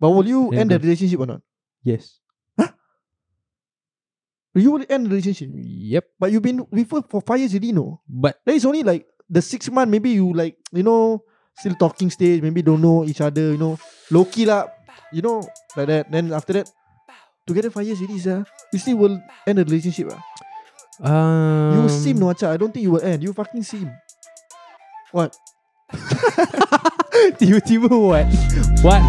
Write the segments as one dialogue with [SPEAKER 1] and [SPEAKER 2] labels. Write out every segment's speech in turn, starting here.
[SPEAKER 1] But will you
[SPEAKER 2] Then
[SPEAKER 1] end the
[SPEAKER 2] go-
[SPEAKER 1] relationship or not?
[SPEAKER 2] Yes.
[SPEAKER 1] You will end the relationship.
[SPEAKER 2] Yep.
[SPEAKER 1] But you've been with her for five years already, no?
[SPEAKER 2] But
[SPEAKER 1] That is only like the six month. Maybe you like, you know, still talking stage. Maybe don't know each other, you know. Low key lah. You know, like that. Then after that, together five years already, sir. You still will end the relationship. Ah. you
[SPEAKER 2] um,
[SPEAKER 1] seem no acha. I don't think you will end. You fucking seem. What?
[SPEAKER 2] Tiba-tiba what? What?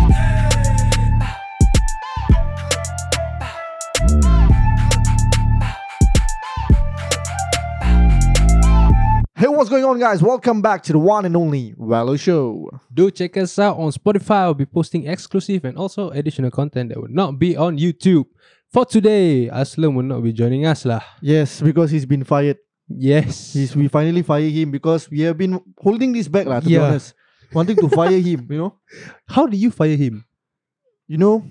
[SPEAKER 1] Hey, what's going on, guys? Welcome back to the one and only Valo Show.
[SPEAKER 2] Do check us out on Spotify. I'll be posting exclusive and also additional content that will not be on YouTube. For today, Aslam will not be joining us lah.
[SPEAKER 1] Yes, because he's been fired.
[SPEAKER 2] Yes.
[SPEAKER 1] He's, we finally fire him because we have been holding this back, lah, to be
[SPEAKER 2] Yeah.
[SPEAKER 1] honest. Wanting to fire him, you know?
[SPEAKER 2] How do you fire him?
[SPEAKER 1] You know?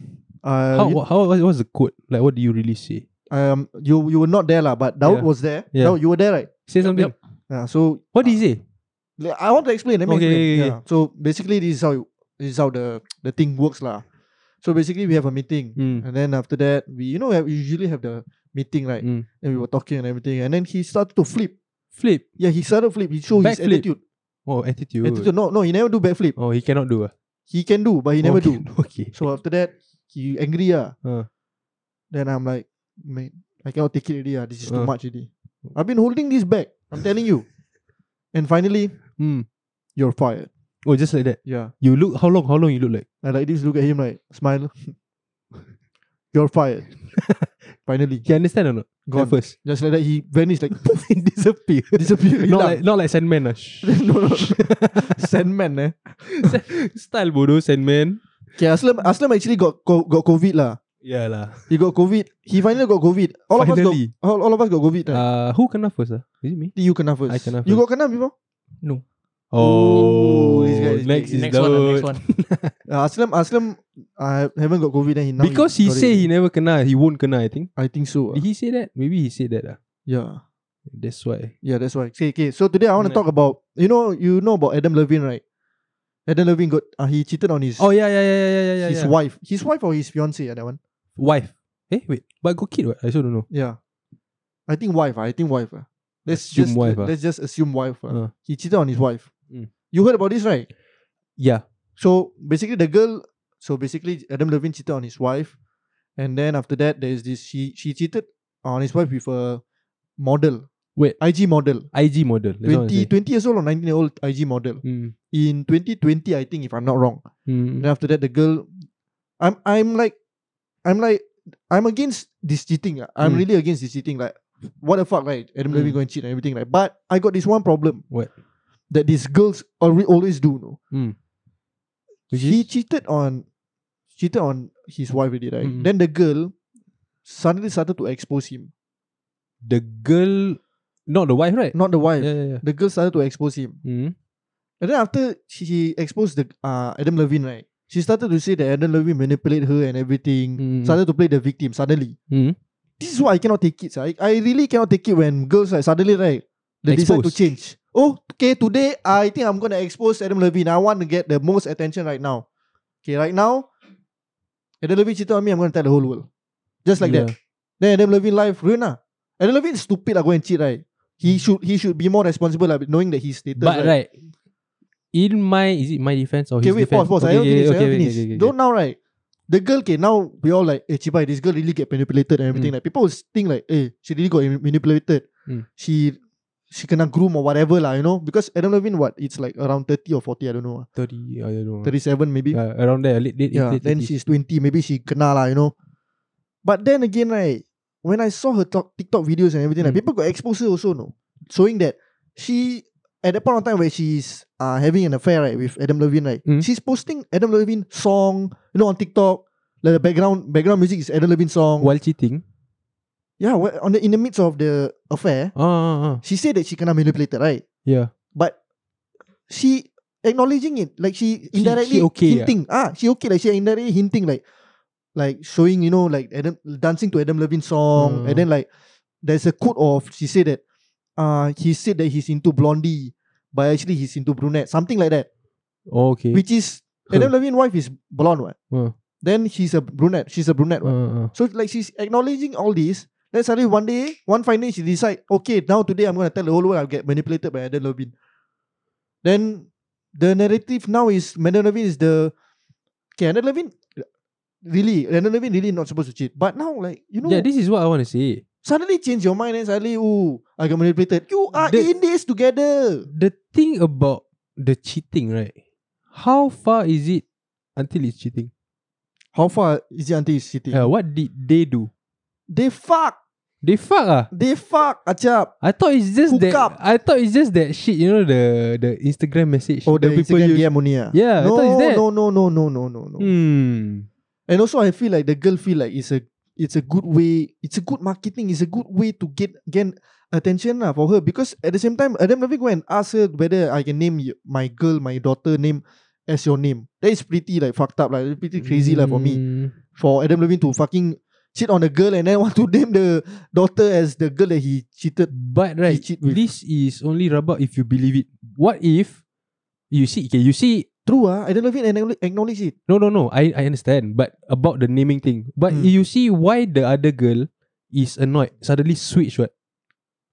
[SPEAKER 1] Uh,
[SPEAKER 2] how,
[SPEAKER 1] you,
[SPEAKER 2] wha- how, what was the quote? Like, what do you really say?
[SPEAKER 1] um, you you were not there, lah, but Daud
[SPEAKER 2] Yeah.
[SPEAKER 1] was there.
[SPEAKER 2] Yeah.
[SPEAKER 1] Daud, you were there, right?
[SPEAKER 2] Say something.
[SPEAKER 1] Yeah, so
[SPEAKER 2] What did he say?
[SPEAKER 1] like, I want to explain. Let me
[SPEAKER 2] Okay,
[SPEAKER 1] explain.
[SPEAKER 2] okay,
[SPEAKER 1] Yeah. So basically, this is how you- this is how the the thing works, lah. So basically, we have a meeting,
[SPEAKER 2] Mm.
[SPEAKER 1] and then after that, we you know we usually have the meeting, right?
[SPEAKER 2] Mm.
[SPEAKER 1] And we were talking and everything, and then he started to flip.
[SPEAKER 2] Flip.
[SPEAKER 1] Yeah, he started flip. He showed his
[SPEAKER 2] Backflip.
[SPEAKER 1] attitude.
[SPEAKER 2] Oh, attitude.
[SPEAKER 1] Attitude. No, no, he never do backflip.
[SPEAKER 2] Oh, he cannot do. ah.
[SPEAKER 1] He can do, but he never
[SPEAKER 2] okay.
[SPEAKER 1] do.
[SPEAKER 2] Okay.
[SPEAKER 1] So after that, he angry ah.
[SPEAKER 2] Uh.
[SPEAKER 1] Then I'm like, man, I cannot take it already. Ah. This is too
[SPEAKER 2] Uh.
[SPEAKER 1] much already. I've been holding this back. I'm telling you. And finally,
[SPEAKER 2] Mm.
[SPEAKER 1] you're fired.
[SPEAKER 2] Oh, just like that.
[SPEAKER 1] Yeah.
[SPEAKER 2] You look how long? How long you look like?
[SPEAKER 1] I like this. Look at him like smile. you're fired. finally,
[SPEAKER 2] He understand or not?
[SPEAKER 1] gone.
[SPEAKER 2] At first,
[SPEAKER 1] Just like that, he vanished like poof,
[SPEAKER 2] he disappear.
[SPEAKER 1] disappeared.
[SPEAKER 2] not
[SPEAKER 1] hilang.
[SPEAKER 2] like not like Sandman lah. Shh.
[SPEAKER 1] no, no, no. Sandman eh.
[SPEAKER 2] Style bodoh Sandman.
[SPEAKER 1] Okay, Aslam, Aslam actually got co- got COVID lah.
[SPEAKER 2] Yeah lah.
[SPEAKER 1] He got COVID. He finally got COVID. All of us
[SPEAKER 2] Finally.
[SPEAKER 1] got all, all of us got COVID. Right?
[SPEAKER 2] Uh, who kena first ah? Is it me?
[SPEAKER 1] you kena first.
[SPEAKER 2] I kena
[SPEAKER 1] You got kena before?
[SPEAKER 2] Oh,
[SPEAKER 1] Oh, this guy is
[SPEAKER 2] next
[SPEAKER 1] big.
[SPEAKER 2] is
[SPEAKER 3] next one, ah, next
[SPEAKER 2] Daud.
[SPEAKER 3] one.
[SPEAKER 1] Uh, Aslam, Aslam, I haven't got COVID. Then he now
[SPEAKER 2] Because he
[SPEAKER 1] got it
[SPEAKER 2] say he
[SPEAKER 1] already.
[SPEAKER 2] never kena, he won't kena. I think.
[SPEAKER 1] I think so. ah.
[SPEAKER 2] Did he say that? Maybe he said that ah.
[SPEAKER 1] yeah,
[SPEAKER 2] That's why.
[SPEAKER 1] yeah, that's why. Okay, okay. So today I want to
[SPEAKER 2] Yeah.
[SPEAKER 1] talk about you know you know about Adam Levine right? Adam Levine got uh, he cheated on his
[SPEAKER 2] Oh yeah yeah yeah yeah yeah yeah.
[SPEAKER 1] his
[SPEAKER 2] yeah.
[SPEAKER 1] wife, his wife or his fiance. Yeah, that one.
[SPEAKER 2] wife. Eh wait, but got kid what? I still don't know.
[SPEAKER 1] Yeah, I think wife. ah, I think wife. ah. Let's just
[SPEAKER 2] Assume wife, ah.
[SPEAKER 1] let's just assume wife. ah.
[SPEAKER 2] Uh,
[SPEAKER 1] He cheated on his wife.
[SPEAKER 2] Mm.
[SPEAKER 1] You heard about this right?
[SPEAKER 2] yeah.
[SPEAKER 1] So basically, the girl. So basically, Adam Levine cheated on his wife, and then after that, there is this. She she cheated on his wife with a model.
[SPEAKER 2] Wait.
[SPEAKER 1] IG model.
[SPEAKER 2] IG model. That's what
[SPEAKER 1] 20,
[SPEAKER 2] I say.
[SPEAKER 1] 20 years old or 19 year old IG model
[SPEAKER 2] Mm.
[SPEAKER 1] in 2020 I think if I'm not wrong
[SPEAKER 2] Mm.
[SPEAKER 1] then after that the girl I'm I'm like I'm like I'm against this cheating ah. I'm
[SPEAKER 2] Mm.
[SPEAKER 1] really against this cheating like what the fuck right Adam Levine
[SPEAKER 2] Mm.
[SPEAKER 1] going to cheat and everything like but I got this one problem
[SPEAKER 2] What?
[SPEAKER 1] that these girls alre- always do no
[SPEAKER 2] Mm. Which
[SPEAKER 1] he
[SPEAKER 2] is?
[SPEAKER 1] cheated on cheated on his wife already, right?
[SPEAKER 2] Mm.
[SPEAKER 1] Then the girl suddenly started to expose him.
[SPEAKER 2] The girl, not the wife, right?
[SPEAKER 1] Not the wife.
[SPEAKER 2] Yeah, yeah, yeah.
[SPEAKER 1] The girl started to expose him.
[SPEAKER 2] Mm.
[SPEAKER 1] And then after she she exposed the uh, Adam Levine, right? She started to say that Adam Levine manipulated her and everything.
[SPEAKER 2] Mm.
[SPEAKER 1] Started to play the victim suddenly.
[SPEAKER 2] Mm.
[SPEAKER 1] This is why I cannot take it. sir. I, I really cannot take it when girls like suddenly right they decide to
[SPEAKER 2] Exposed.
[SPEAKER 1] change. Oh, okay, today I think I'm gonna expose Adam Levine. I want to get the most attention right now. Okay, right now, Adam Levine cheated on me, I'm gonna tell the whole world. Just like that.
[SPEAKER 2] yeah.
[SPEAKER 1] Then Adam Levine life ruin lah. Adam Levine is stupid lah, go and cheat right. He should he should be more responsible lah, knowing that his status.
[SPEAKER 2] Mm. But right. in my is it my defense or
[SPEAKER 1] Okay,
[SPEAKER 2] his
[SPEAKER 1] wait,
[SPEAKER 2] defense?
[SPEAKER 1] pause, pause. I
[SPEAKER 2] Okay,
[SPEAKER 1] don't finish. I don't
[SPEAKER 2] okay, okay, okay,
[SPEAKER 1] finish.
[SPEAKER 2] okay, okay,
[SPEAKER 1] Don't now, right? The girl, okay, now we all like, eh, Chibai, this girl really get manipulated
[SPEAKER 2] Hmm.
[SPEAKER 1] and everything. Like, people will think like, eh, she really got im- manipulated.
[SPEAKER 2] Mm.
[SPEAKER 1] She she kena groom or whatever lah, you know? Because Adam Levine, what? It's like around 30 or 40, I don't know. ah.
[SPEAKER 2] Thirty, I don't know.
[SPEAKER 1] 37 maybe.
[SPEAKER 2] Uh, around there, late, late,
[SPEAKER 1] yeah,
[SPEAKER 2] late
[SPEAKER 1] then
[SPEAKER 2] 30s.
[SPEAKER 1] she's 20, maybe she kena lah, you know? But then again, right, when I saw her talk, TikTok videos and everything, like,
[SPEAKER 2] Mm.
[SPEAKER 1] people got exposed her also, no? Showing that she, at that point of time where she's uh, having an affair, right, with Adam Levine, right,
[SPEAKER 2] Mm.
[SPEAKER 1] she's posting Adam Levine song, you know, on TikTok. Like the background background music is Adam Levine song.
[SPEAKER 2] while cheating.
[SPEAKER 1] Yeah, wh- on the, in the midst of the affair,
[SPEAKER 2] Ah, ah, ah.
[SPEAKER 1] she said that she cannot manipulate, right?
[SPEAKER 2] yeah.
[SPEAKER 1] But she acknowledging it, like she
[SPEAKER 2] She-
[SPEAKER 1] indirectly
[SPEAKER 2] she okay, ah.
[SPEAKER 1] hinting. Ah, she okay, like she indirectly hinting, like like showing, you know, like Adam dancing to Adam Levine song,
[SPEAKER 2] Mm.
[SPEAKER 1] and then like there's a quote of she said that uh he said that he's into blondie, but actually he's into brunette, something like that.
[SPEAKER 2] Oh, okay.
[SPEAKER 1] Which is
[SPEAKER 2] Her.
[SPEAKER 1] Adam Levine wife is blonde, what?
[SPEAKER 2] Uh,
[SPEAKER 1] Then he's a brunette. She's a brunette. what.
[SPEAKER 2] Uh, uh.
[SPEAKER 1] So like she's acknowledging all this. Then suddenly one day, one fine day, she decide, okay, now today I'm gonna tell the whole world I get manipulated by Adam Levine. Then the narrative now is Adam Levine is the okay, Adam Levine really Adam Levine really not supposed to cheat. But now like you know
[SPEAKER 2] Yeah, this is what I want to see.
[SPEAKER 1] suddenly change your mind and suddenly oh I got manipulated. You are
[SPEAKER 2] The-
[SPEAKER 1] in this together.
[SPEAKER 2] The thing about the cheating, right? How far is it until it's cheating?
[SPEAKER 1] How far is it until it's cheating?
[SPEAKER 2] Uh, what did they do?
[SPEAKER 1] They fuck.
[SPEAKER 2] They fuck ah.
[SPEAKER 1] They fuck Acap.
[SPEAKER 2] I thought it's just
[SPEAKER 1] Hook
[SPEAKER 2] that.
[SPEAKER 1] up.
[SPEAKER 2] I thought it's just that shit. You know the the Instagram message.
[SPEAKER 1] Oh the,
[SPEAKER 2] people
[SPEAKER 1] Instagram
[SPEAKER 2] use-
[SPEAKER 1] DM only, ah.
[SPEAKER 2] Yeah, I
[SPEAKER 1] No,
[SPEAKER 2] thought it's that.
[SPEAKER 1] no, no, no, no, no, no, no.
[SPEAKER 2] Hmm.
[SPEAKER 1] And also I feel like the girl feel like it's a it's a good way, it's a good marketing, it's a good way to get gain attention lah for her because at the same time Adam Levine go and ask her whether I can name y- my girl, my daughter name as your name. That is pretty like fucked up like pretty crazy lah for me.
[SPEAKER 2] Hmm.
[SPEAKER 1] For Adam Levine to fucking cheat on a girl and then want to name the daughter as the girl that he cheated.
[SPEAKER 2] But right,
[SPEAKER 1] cheat with-
[SPEAKER 2] this is only rubber if you believe it. What if you see? Okay, you see.
[SPEAKER 1] True ah, Adam Levine acknowledge- acknowledge it.
[SPEAKER 2] No, no, no. I I understand. But about the naming thing. But
[SPEAKER 1] Hmm.
[SPEAKER 2] you see why the other girl is annoyed suddenly switch what?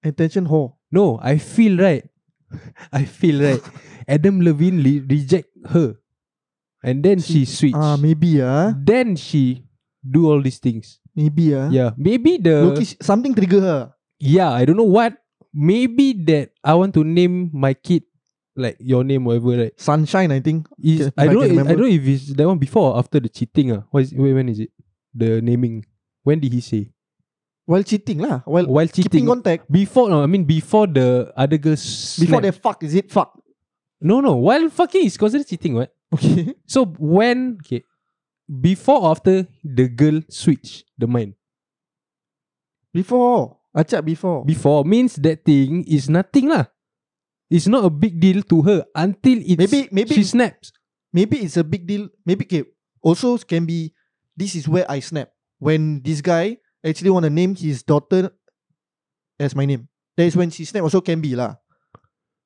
[SPEAKER 1] Attention whore.
[SPEAKER 2] No, I feel right. I feel right. Adam Levine le- reject her, and then she, switch.
[SPEAKER 1] Ah, maybe ah,
[SPEAKER 2] then she do all these things.
[SPEAKER 1] maybe ah.
[SPEAKER 2] Yeah, maybe the
[SPEAKER 1] Loki, sh- something trigger her.
[SPEAKER 2] yeah I don't know what. Maybe that I want to name my kid like your name whatever right.
[SPEAKER 1] Sunshine, I think.
[SPEAKER 2] Is
[SPEAKER 1] Okay,
[SPEAKER 2] I
[SPEAKER 1] I
[SPEAKER 2] don't know.
[SPEAKER 1] can
[SPEAKER 2] if- I
[SPEAKER 1] remember.
[SPEAKER 2] don't know if it's that one before or after the cheating. Ah, what is wait, when is it? The naming. When did he say?
[SPEAKER 1] While cheating lah. While
[SPEAKER 2] While cheating.
[SPEAKER 1] keeping contact.
[SPEAKER 2] Before no, I mean before the other girl. Slapped.
[SPEAKER 1] Before they fuck, is it fuck?
[SPEAKER 2] No, no. While fucking is considered cheating, what?
[SPEAKER 1] Okay.
[SPEAKER 2] So when okay, before or after the girl switch the mind.
[SPEAKER 1] Before. Acap before.
[SPEAKER 2] Before means that thing is nothing lah. It's not a big deal to her until it's
[SPEAKER 1] Maybe- maybe-
[SPEAKER 2] she snaps.
[SPEAKER 1] Maybe it's a big deal. Maybe okay. Also can be this is where I snap. When this guy actually want to name his daughter as my name. That is when she snap also can be lah.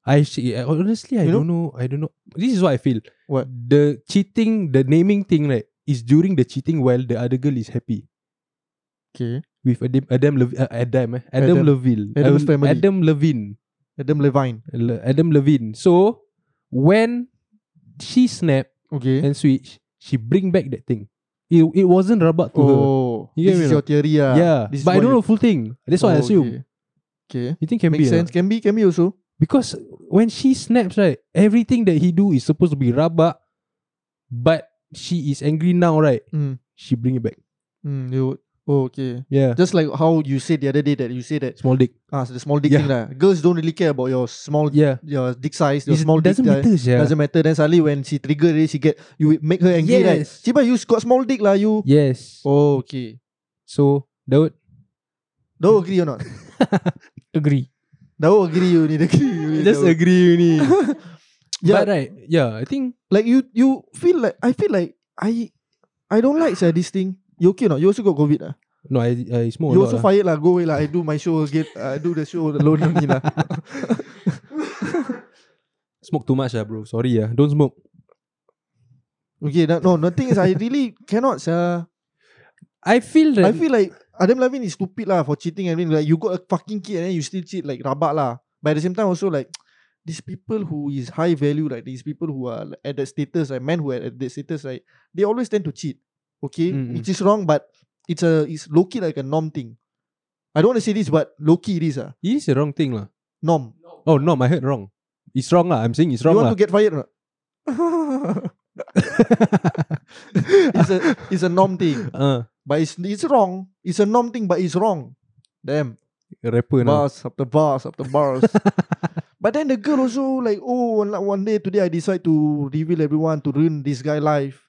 [SPEAKER 2] I see. I- Honestly, I
[SPEAKER 1] You know-
[SPEAKER 2] don't know. I don't know. This is what I feel.
[SPEAKER 1] What?
[SPEAKER 2] the cheating, the naming thing, right? Is during the cheating while the other girl is happy
[SPEAKER 1] Okay.
[SPEAKER 2] with Adam Adam Lev- uh, Adam, eh? Adam
[SPEAKER 1] Adam.
[SPEAKER 2] Levine
[SPEAKER 1] Adam's
[SPEAKER 2] Adam-
[SPEAKER 1] family.
[SPEAKER 2] Adam Levine
[SPEAKER 1] Adam Levine.
[SPEAKER 2] Le- Adam Levine. So when she snap
[SPEAKER 1] Okay.
[SPEAKER 2] and switch, she bring back that thing. It, it wasn't rubber to her.
[SPEAKER 1] Oh.
[SPEAKER 2] You get
[SPEAKER 1] This
[SPEAKER 2] me
[SPEAKER 1] is
[SPEAKER 2] or
[SPEAKER 1] your theory ah.
[SPEAKER 2] yeah,
[SPEAKER 1] This is
[SPEAKER 2] but I
[SPEAKER 1] what
[SPEAKER 2] don't
[SPEAKER 1] you-
[SPEAKER 2] know full thing. That's what
[SPEAKER 1] Oh,
[SPEAKER 2] I assume.
[SPEAKER 1] Okay. okay.
[SPEAKER 2] You think can
[SPEAKER 1] Makes
[SPEAKER 2] be or
[SPEAKER 1] sense.
[SPEAKER 2] not?
[SPEAKER 1] Can be, can be also.
[SPEAKER 2] because when she snaps, right, everything that he do is supposed to be rubber, but she is angry now, right?
[SPEAKER 1] Mm.
[SPEAKER 2] She bring it back.
[SPEAKER 1] Mm, you would. Oh, okay.
[SPEAKER 2] Yeah,
[SPEAKER 1] Just like how you said the other day that you said that
[SPEAKER 2] small dick.
[SPEAKER 1] Ah, so the small dick
[SPEAKER 2] Yeah.
[SPEAKER 1] thing lah. Girls don't really care about your small,
[SPEAKER 2] Yeah,
[SPEAKER 1] your dick size, your
[SPEAKER 2] It's-
[SPEAKER 1] small
[SPEAKER 2] doesn't
[SPEAKER 1] dick. size.
[SPEAKER 2] matter, yeah.
[SPEAKER 1] Doesn't matter. Then suddenly when she trigger, already, she get you make her angry. Right?
[SPEAKER 2] Yes.
[SPEAKER 1] Ciba, you got small dick lah. You.
[SPEAKER 2] Yes.
[SPEAKER 1] Oh, okay.
[SPEAKER 2] So Daud
[SPEAKER 1] Don't agree or not?
[SPEAKER 2] agree.
[SPEAKER 1] Don't agree. You need agree. You need
[SPEAKER 2] Just
[SPEAKER 1] to-
[SPEAKER 2] agree, ni.
[SPEAKER 1] Yeah,
[SPEAKER 2] But right, yeah, I think
[SPEAKER 1] like you, you feel like I feel like I, I don't like sia, this thing. You okay or not? You also got COVID lah.
[SPEAKER 2] no, I I smoke
[SPEAKER 1] you
[SPEAKER 2] a lot.
[SPEAKER 1] also
[SPEAKER 2] lah.
[SPEAKER 1] fired lah. Go away lah. I do my show again. I do the show alone only lah.
[SPEAKER 2] Smoke too much, lah, bro. Sorry, ah, don't smoke.
[SPEAKER 1] Okay, no, no. The thing is, I really cannot. Sir.
[SPEAKER 2] I feel
[SPEAKER 1] I
[SPEAKER 2] that
[SPEAKER 1] feel like Adam Levine is stupid lah for cheating. I mean, like you got a fucking kid and then you still cheat like rabak lah. But at the same time, also like these people who is high value, like these people who are like, at that status, like men who are at that status, like they always tend to cheat. Okay,
[SPEAKER 2] Mm, mm.
[SPEAKER 1] which is wrong, but it's a it's low key like a norm thing. I don't want to say this, but low key it is a
[SPEAKER 2] it is the wrong thing, lah.
[SPEAKER 1] norm.
[SPEAKER 2] Oh no, I heard wrong. It's wrong, lah. I'm saying it's wrong,
[SPEAKER 1] you want
[SPEAKER 2] lah.
[SPEAKER 1] to get fired or not? it's a it's a norm thing,
[SPEAKER 2] uh,
[SPEAKER 1] but it's it's wrong. It's a norm thing, but it's wrong. Damn.
[SPEAKER 2] rapper now.
[SPEAKER 1] bars after bars after bars. but then the girl also like, oh, one, one day today I decide to reveal everyone to ruin this guy life.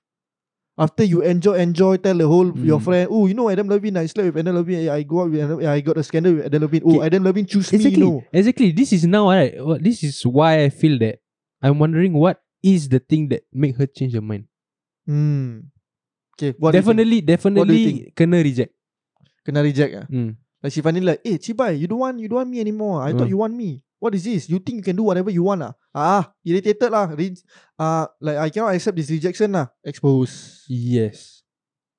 [SPEAKER 1] After you enjoy, enjoy, tell the whole your
[SPEAKER 2] Mm.
[SPEAKER 1] friend, oh, you know Adam Levine, I slept with Adam Levine, eh, I go out with Adam, I got a scandal with Adam Levine. Oh,
[SPEAKER 2] Okay.
[SPEAKER 1] Adam Levine choose
[SPEAKER 2] Exactly,
[SPEAKER 1] me, you know.
[SPEAKER 2] exactly. This is now right. Well, this is why I feel that I'm wondering what is the thing that make her change her mind.
[SPEAKER 1] Hmm. Okay, what do you think?
[SPEAKER 2] definitely, definitely, kena reject.
[SPEAKER 1] kena reject. ah?
[SPEAKER 2] Mm.
[SPEAKER 1] Like she finally like, eh, Chibai, you don't want, you don't want me anymore. I thought
[SPEAKER 2] Mm.
[SPEAKER 1] you want me. What is this? You think you can do whatever you want ah? Ah, uh, irritated lah. Re- ah, like I cannot accept this rejection lah. Expose.
[SPEAKER 2] Yes.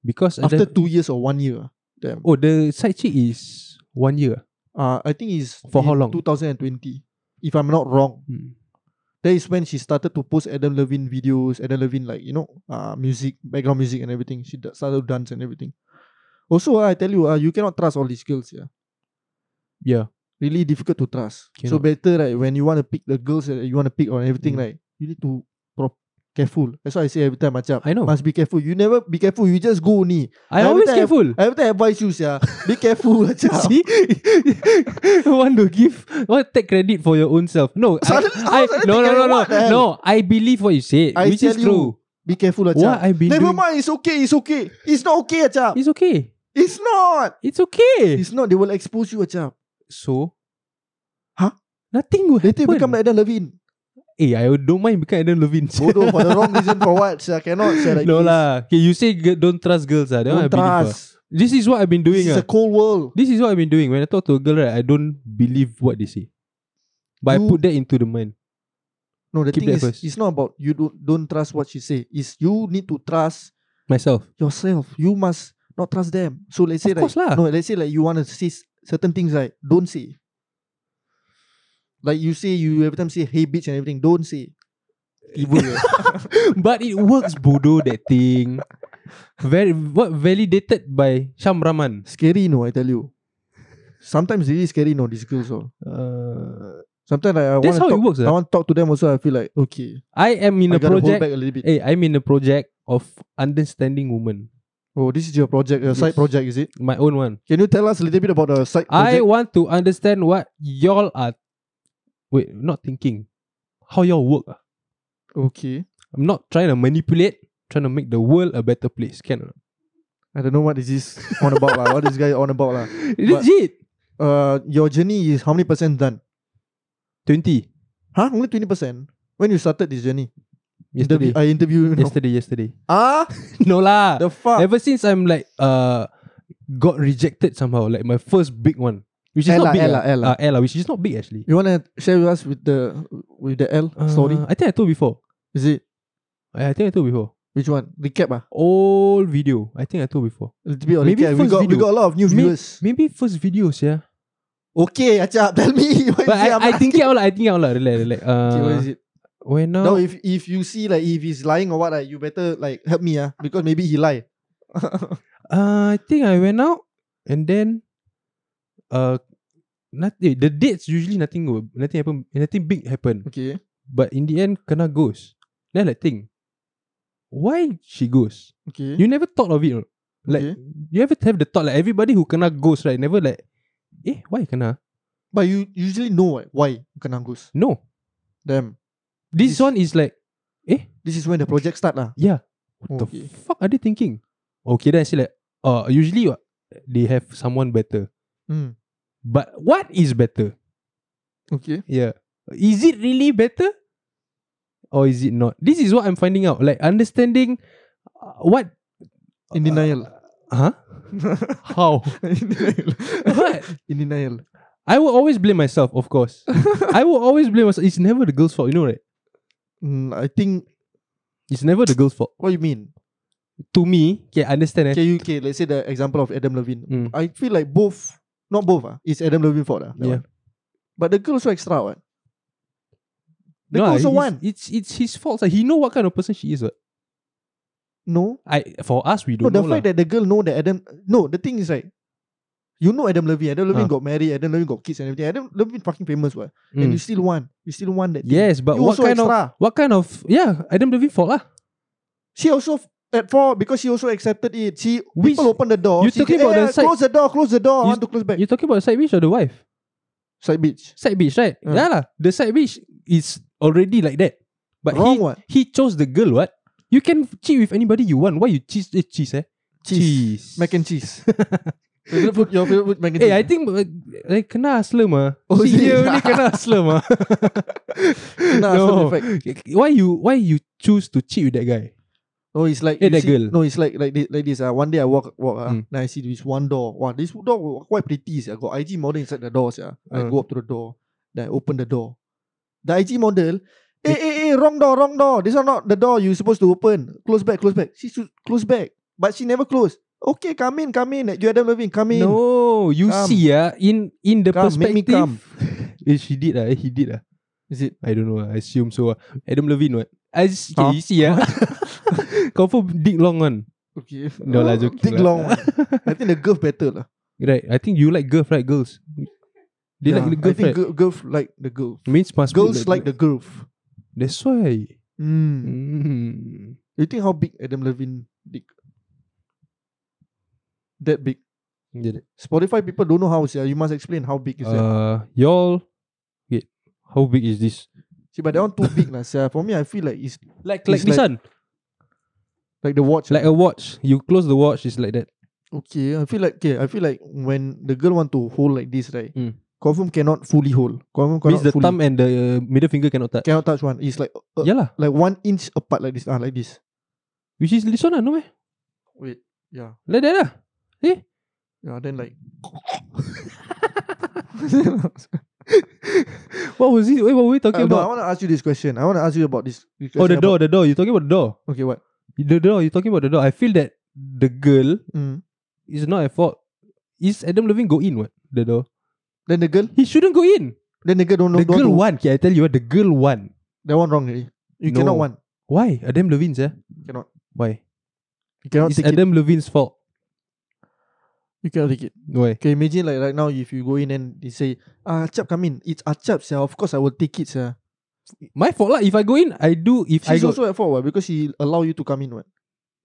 [SPEAKER 2] Because
[SPEAKER 1] After
[SPEAKER 2] the,
[SPEAKER 1] two years or one year. Damn.
[SPEAKER 2] oh the side chick is one year.
[SPEAKER 1] Uh, I think it's
[SPEAKER 2] For how
[SPEAKER 1] in
[SPEAKER 2] long?
[SPEAKER 1] 2020. If I'm not wrong.
[SPEAKER 2] Hmm.
[SPEAKER 1] That is when she started to post Adam Levine videos, Adam Levine like you know, uh, music, background music and everything. She da- started to dance and everything. Also, ah, I tell you, uh, you cannot trust all these girls, yeah.
[SPEAKER 2] Yeah.
[SPEAKER 1] Really difficult to trust. So
[SPEAKER 2] Cannot.
[SPEAKER 1] better right when you want to pick the girls that you want to pick on everything,
[SPEAKER 2] Mm.
[SPEAKER 1] right? You need to prop careful. That's why I say every time, macam
[SPEAKER 2] I know.
[SPEAKER 1] must be careful. You never be careful. You just go ni.
[SPEAKER 2] I
[SPEAKER 1] every
[SPEAKER 2] always
[SPEAKER 1] time-
[SPEAKER 2] careful.
[SPEAKER 1] I every time advise you, yeah. Be careful, macam.
[SPEAKER 2] See, want to give, want to take credit for your own self. No, I,
[SPEAKER 1] Suddenly- how
[SPEAKER 2] I,
[SPEAKER 1] suddenly
[SPEAKER 2] no,
[SPEAKER 1] take
[SPEAKER 2] no, no,
[SPEAKER 1] credit?
[SPEAKER 2] no,
[SPEAKER 1] What the hell?
[SPEAKER 2] no. I believe what you said,
[SPEAKER 1] I
[SPEAKER 2] which is
[SPEAKER 1] tell you,
[SPEAKER 2] true.
[SPEAKER 1] Be careful,
[SPEAKER 2] What
[SPEAKER 1] macam.
[SPEAKER 2] I've been
[SPEAKER 1] Never
[SPEAKER 2] doing,
[SPEAKER 1] mind. It's okay. It's okay. It's not okay, macam.
[SPEAKER 2] it's okay.
[SPEAKER 1] It's not.
[SPEAKER 2] It's okay.
[SPEAKER 1] It's not. They will expose you, macam.
[SPEAKER 2] so,
[SPEAKER 1] Huh?
[SPEAKER 2] Nothing will
[SPEAKER 1] Later
[SPEAKER 2] happen.
[SPEAKER 1] become like Adam Levine.
[SPEAKER 2] eh, I don't mind become Adam Levine.
[SPEAKER 1] Bodoh for the wrong reason for what? Sia cannot. Sia like
[SPEAKER 2] no
[SPEAKER 1] this.
[SPEAKER 2] lah. Okay, you say g- don't trust girls. Ah, that one I
[SPEAKER 1] Don't
[SPEAKER 2] believe. ah.
[SPEAKER 1] trust.
[SPEAKER 2] This is what I've been doing.
[SPEAKER 1] This is
[SPEAKER 2] ah.
[SPEAKER 1] a cold world.
[SPEAKER 2] This is what I've been doing. When I talk to a girl, right, I don't believe what they say. But I
[SPEAKER 1] You-
[SPEAKER 2] put that into the mind.
[SPEAKER 1] No, the
[SPEAKER 2] Keep
[SPEAKER 1] thing is,
[SPEAKER 2] that first.
[SPEAKER 1] it's not about you don't don't trust what she say. It's you need to trust
[SPEAKER 2] Myself.
[SPEAKER 1] yourself. You must not trust them. So let's say
[SPEAKER 2] Of course
[SPEAKER 1] like
[SPEAKER 2] lah.
[SPEAKER 1] no, let's say like you want to say s- certain things right. Don't say. Like you say, you every time say "hey bitch" and everything. Don't say. Evil. eh.
[SPEAKER 2] but it works, bodoh, that thing. Very what validated by Syam Rahman.
[SPEAKER 1] scary, no. I tell you. Sometimes really scary, no. These girls all.
[SPEAKER 2] Uh,
[SPEAKER 1] Sometimes like, I
[SPEAKER 2] That's
[SPEAKER 1] want to
[SPEAKER 2] how it
[SPEAKER 1] talk,
[SPEAKER 2] works,
[SPEAKER 1] I
[SPEAKER 2] eh?
[SPEAKER 1] want to talk to them also. I feel like okay.
[SPEAKER 2] I am in
[SPEAKER 1] I
[SPEAKER 2] a
[SPEAKER 1] gotta hold
[SPEAKER 2] project. eh.
[SPEAKER 1] back a little bit.
[SPEAKER 2] Hey, I'm in a project of understanding women.
[SPEAKER 1] Oh, this is your project, your
[SPEAKER 2] Yes.
[SPEAKER 1] side project, is it?
[SPEAKER 2] My own one.
[SPEAKER 1] Can you tell us a little bit about the side
[SPEAKER 2] I
[SPEAKER 1] project?
[SPEAKER 2] want to understand what y'all are. Wait, not thinking. How y'all work. ah.
[SPEAKER 1] Okay.
[SPEAKER 2] I'm not trying to manipulate. Trying to make the world a better place. Can or not?
[SPEAKER 1] I don't know what is this on about lah. What this guy on about lah?
[SPEAKER 2] Legit.
[SPEAKER 1] Uh, your journey is how many percent done?
[SPEAKER 2] Twenty.
[SPEAKER 1] Huh? Only twenty percent. When you started this journey?
[SPEAKER 2] Yesterday.
[SPEAKER 1] Interview- I interview you. Know.
[SPEAKER 2] yesterday. Yesterday.
[SPEAKER 1] Ah,
[SPEAKER 2] no lah.
[SPEAKER 1] the fuck.
[SPEAKER 2] Ever since I'm like uh got rejected somehow, like my first big one, which is
[SPEAKER 1] Ella,
[SPEAKER 2] not big,
[SPEAKER 1] Ella,
[SPEAKER 2] ah.
[SPEAKER 1] Ella.
[SPEAKER 2] Uh, Ella, which is not big actually.
[SPEAKER 1] you wanna share with us with the with the L
[SPEAKER 2] Uh,
[SPEAKER 1] story?
[SPEAKER 2] I think I told before.
[SPEAKER 1] Is it
[SPEAKER 2] I, I think I told before.
[SPEAKER 1] which one? Recap ah.
[SPEAKER 2] Old video. I think I told before.
[SPEAKER 1] A little bit of
[SPEAKER 2] Maybe
[SPEAKER 1] recap. We
[SPEAKER 2] first
[SPEAKER 1] got we
[SPEAKER 2] video.
[SPEAKER 1] got a lot of new
[SPEAKER 2] May-
[SPEAKER 1] viewers.
[SPEAKER 2] Maybe first videos, yeah.
[SPEAKER 1] Okay, Acap, tell me. What is
[SPEAKER 2] But
[SPEAKER 1] it? I'm
[SPEAKER 2] I, I
[SPEAKER 1] asking.
[SPEAKER 2] think it out lah. I think it out lah. Relax, relax.
[SPEAKER 1] Okay, what is
[SPEAKER 2] Uh,
[SPEAKER 1] it?
[SPEAKER 2] when now?
[SPEAKER 1] No, if if you see like if he's lying or what, ah, you better like help me ah because maybe he lie.
[SPEAKER 2] Uh, I think I went out and then uh nothing the dates usually nothing will nothing happen nothing big happened.
[SPEAKER 1] okay.
[SPEAKER 2] But in the end kena ghost. Then I like think why she ghost?
[SPEAKER 1] Okay.
[SPEAKER 2] You never thought of it. or not? Like
[SPEAKER 1] Hmm? Okay.
[SPEAKER 2] you ever have the thought like everybody who kena ghost right never like eh why kena?
[SPEAKER 1] but you usually know what, why kena ghost.
[SPEAKER 2] No.
[SPEAKER 1] Damn.
[SPEAKER 2] This,
[SPEAKER 1] This-
[SPEAKER 2] one is like
[SPEAKER 1] This is when the project start lah.
[SPEAKER 2] yeah. What
[SPEAKER 1] Okay.
[SPEAKER 2] the fuck are they thinking? Okay then I say like uh usually uh, they have someone better.
[SPEAKER 1] Hmm.
[SPEAKER 2] But what is better?
[SPEAKER 1] Okay.
[SPEAKER 2] Yeah. Is it really better? Or is it not? This is what I'm finding out. Like understanding uh, what
[SPEAKER 1] In denial.
[SPEAKER 2] huh?
[SPEAKER 1] uh.
[SPEAKER 2] How?
[SPEAKER 1] In denial.
[SPEAKER 2] what?
[SPEAKER 1] In denial.
[SPEAKER 2] I will always blame myself, of course. I will always blame myself. It's never the girl's fault, you know right?
[SPEAKER 1] Mm, I think
[SPEAKER 2] It's never the girl's fault.
[SPEAKER 1] what you mean.
[SPEAKER 2] To me, okay, I understand. Eh?
[SPEAKER 1] Okay, you- okay. Let's say the example of Adam Levine.
[SPEAKER 2] Mm.
[SPEAKER 1] I feel like both, not both ah. It's Adam Levine fault ah. that
[SPEAKER 2] Yeah.
[SPEAKER 1] one. But the girl also extra what. The
[SPEAKER 2] No,
[SPEAKER 1] girl also
[SPEAKER 2] it's,
[SPEAKER 1] one.
[SPEAKER 2] It's it's his fault. Like, he know what kind of person she is. What?
[SPEAKER 1] No.
[SPEAKER 2] I for us we
[SPEAKER 1] No,
[SPEAKER 2] don't
[SPEAKER 1] the
[SPEAKER 2] know.
[SPEAKER 1] fact
[SPEAKER 2] lah.
[SPEAKER 1] that the girl know that Adam. No, the thing is like, you know Adam Levine. Adam Levine
[SPEAKER 2] Ah.
[SPEAKER 1] got married. Adam Levine got kids and everything. Adam Levine fucking famous what. And you
[SPEAKER 2] Mm.
[SPEAKER 1] still want. You still want that. Thing.
[SPEAKER 2] Yes, but
[SPEAKER 1] you
[SPEAKER 2] what
[SPEAKER 1] also
[SPEAKER 2] kind of
[SPEAKER 1] extra.
[SPEAKER 2] what kind of yeah, Adam Levine fault lah.
[SPEAKER 1] She also f- at four because she also accepted it. She
[SPEAKER 2] Which-
[SPEAKER 1] people open the door.
[SPEAKER 2] you
[SPEAKER 1] she
[SPEAKER 2] talking
[SPEAKER 1] say,
[SPEAKER 2] about
[SPEAKER 1] "Eh,
[SPEAKER 2] the side-
[SPEAKER 1] close the door, close the door. I
[SPEAKER 2] You-
[SPEAKER 1] want to close back.
[SPEAKER 2] You talking about the side bitch or the wife?
[SPEAKER 1] Side bitch.
[SPEAKER 2] Side bitch, right?
[SPEAKER 1] Yeah.
[SPEAKER 2] Yeah lah. The side bitch is already like that. But
[SPEAKER 1] Wrong
[SPEAKER 2] he
[SPEAKER 1] what?
[SPEAKER 2] he chose the girl, what? You can cheat with anybody you want. Why you cheese eh, cheese eh?
[SPEAKER 1] Cheese. Mac and cheese. Your favourite food- your favorite food mac and
[SPEAKER 2] Eh,
[SPEAKER 1] cheese.
[SPEAKER 2] I think uh, like kena aslam ah.
[SPEAKER 1] Oh, is
[SPEAKER 2] Si
[SPEAKER 1] it?
[SPEAKER 2] dia ni kena aslam ah.
[SPEAKER 1] nah,
[SPEAKER 2] no.
[SPEAKER 1] no. Fact.
[SPEAKER 2] Why you why you choose to cheat with that guy?
[SPEAKER 1] no, it's like you
[SPEAKER 2] Eh, that
[SPEAKER 1] see-
[SPEAKER 2] girl.
[SPEAKER 1] No, it's like like this, like this. Uh, one day I walk walk. Uh,
[SPEAKER 2] Mm.
[SPEAKER 1] Then I see this one door. Wow, this door wa- quite pretty. sia. Got IG model inside the door. sia. I
[SPEAKER 2] Uh.
[SPEAKER 1] go up to the door. Then I open the door. The IG model. Eh, eh, eh, wrong door, wrong door. This one not the door you supposed to open. Close back, close back. She should close back. But she never closed. Okay, come in, come in. You Adam Levine, come in.
[SPEAKER 2] No, you
[SPEAKER 1] Come.
[SPEAKER 2] see ah, in in the
[SPEAKER 1] Come,
[SPEAKER 2] perspective.
[SPEAKER 1] make me come.
[SPEAKER 2] Eh, she did lah, eh, he did lah.
[SPEAKER 1] Is it?
[SPEAKER 2] I don't know. ah, I assume so. ah. Adam Levine what? I just, okay,
[SPEAKER 1] Huh?
[SPEAKER 2] you see ah. Confirm Dick Long on.
[SPEAKER 1] Okay.
[SPEAKER 2] No lah, joking
[SPEAKER 1] Take
[SPEAKER 2] lah.
[SPEAKER 1] long. one. I think the girl better lah.
[SPEAKER 2] Right. I think you like girl right girls. They
[SPEAKER 1] Yeah,
[SPEAKER 2] like the
[SPEAKER 1] I
[SPEAKER 2] girl
[SPEAKER 1] think
[SPEAKER 2] right.
[SPEAKER 1] girl, girl like the girl.
[SPEAKER 2] Means must be
[SPEAKER 1] Girls like the girl.
[SPEAKER 2] That's why.
[SPEAKER 1] Mm.
[SPEAKER 2] Mm.
[SPEAKER 1] You think how big Adam Levine dick? That big.
[SPEAKER 2] Get it.
[SPEAKER 1] Spotify people don't know how. Yeah, you must explain how big is that.
[SPEAKER 2] Uh, y'all. Wait. How big is this?
[SPEAKER 1] See, but that one too big lah. sia. For me, I feel like it's
[SPEAKER 2] Like
[SPEAKER 1] like this
[SPEAKER 2] one.
[SPEAKER 1] like the watch.
[SPEAKER 2] Like a watch. You close the watch. It's like that.
[SPEAKER 1] Okay, I feel like okay, I feel like when the girl want to hold like this, right?
[SPEAKER 2] Mm.
[SPEAKER 1] Confirm cannot fully hold. Confirm
[SPEAKER 2] Means
[SPEAKER 1] cannot
[SPEAKER 2] the
[SPEAKER 1] fully.
[SPEAKER 2] thumb and the uh, middle finger cannot touch.
[SPEAKER 1] cannot touch one. It's like uh,
[SPEAKER 2] Yeah lah.
[SPEAKER 1] like one inch apart like this. Ah, like this.
[SPEAKER 2] Which is this one lah, no meh?
[SPEAKER 1] Wait, yeah,
[SPEAKER 2] Like that lah.
[SPEAKER 1] yeah. Then like
[SPEAKER 2] What was it? Wait, what were we talking
[SPEAKER 1] Uh, no, I
[SPEAKER 2] about?
[SPEAKER 1] want to ask you this question. I want to ask you about this. this
[SPEAKER 2] Oh, the
[SPEAKER 1] question
[SPEAKER 2] door, the door. You talking about the door?
[SPEAKER 1] about- okay, what?
[SPEAKER 2] The door. You talking about the door? I feel that the girl
[SPEAKER 1] Mm.
[SPEAKER 2] is not at fault. Is Adam Levine go in? What the door?
[SPEAKER 1] Then the girl,
[SPEAKER 2] He shouldn't go in.
[SPEAKER 1] then the girl don't know.
[SPEAKER 2] the
[SPEAKER 1] don't
[SPEAKER 2] girl
[SPEAKER 1] want
[SPEAKER 2] won. Okay, I tell you what. The girl won.
[SPEAKER 1] to- That one wrong already. You cannot
[SPEAKER 2] No.
[SPEAKER 1] one.
[SPEAKER 2] Why? Adam Levine's eh?
[SPEAKER 1] Cannot.
[SPEAKER 2] Why?
[SPEAKER 1] You cannot
[SPEAKER 2] It's
[SPEAKER 1] take it.
[SPEAKER 2] Adam Levine's fault.
[SPEAKER 1] You cannot take it.
[SPEAKER 2] Why?
[SPEAKER 1] Okay, imagine like right now if you go in and they say, Ah, Achap come in. It's Achap, sir. Of course I will take it, sir.
[SPEAKER 2] My fault lah. If I go in, I do. If I
[SPEAKER 1] She's
[SPEAKER 2] go,
[SPEAKER 1] also at fault what? because she allow you to come in what?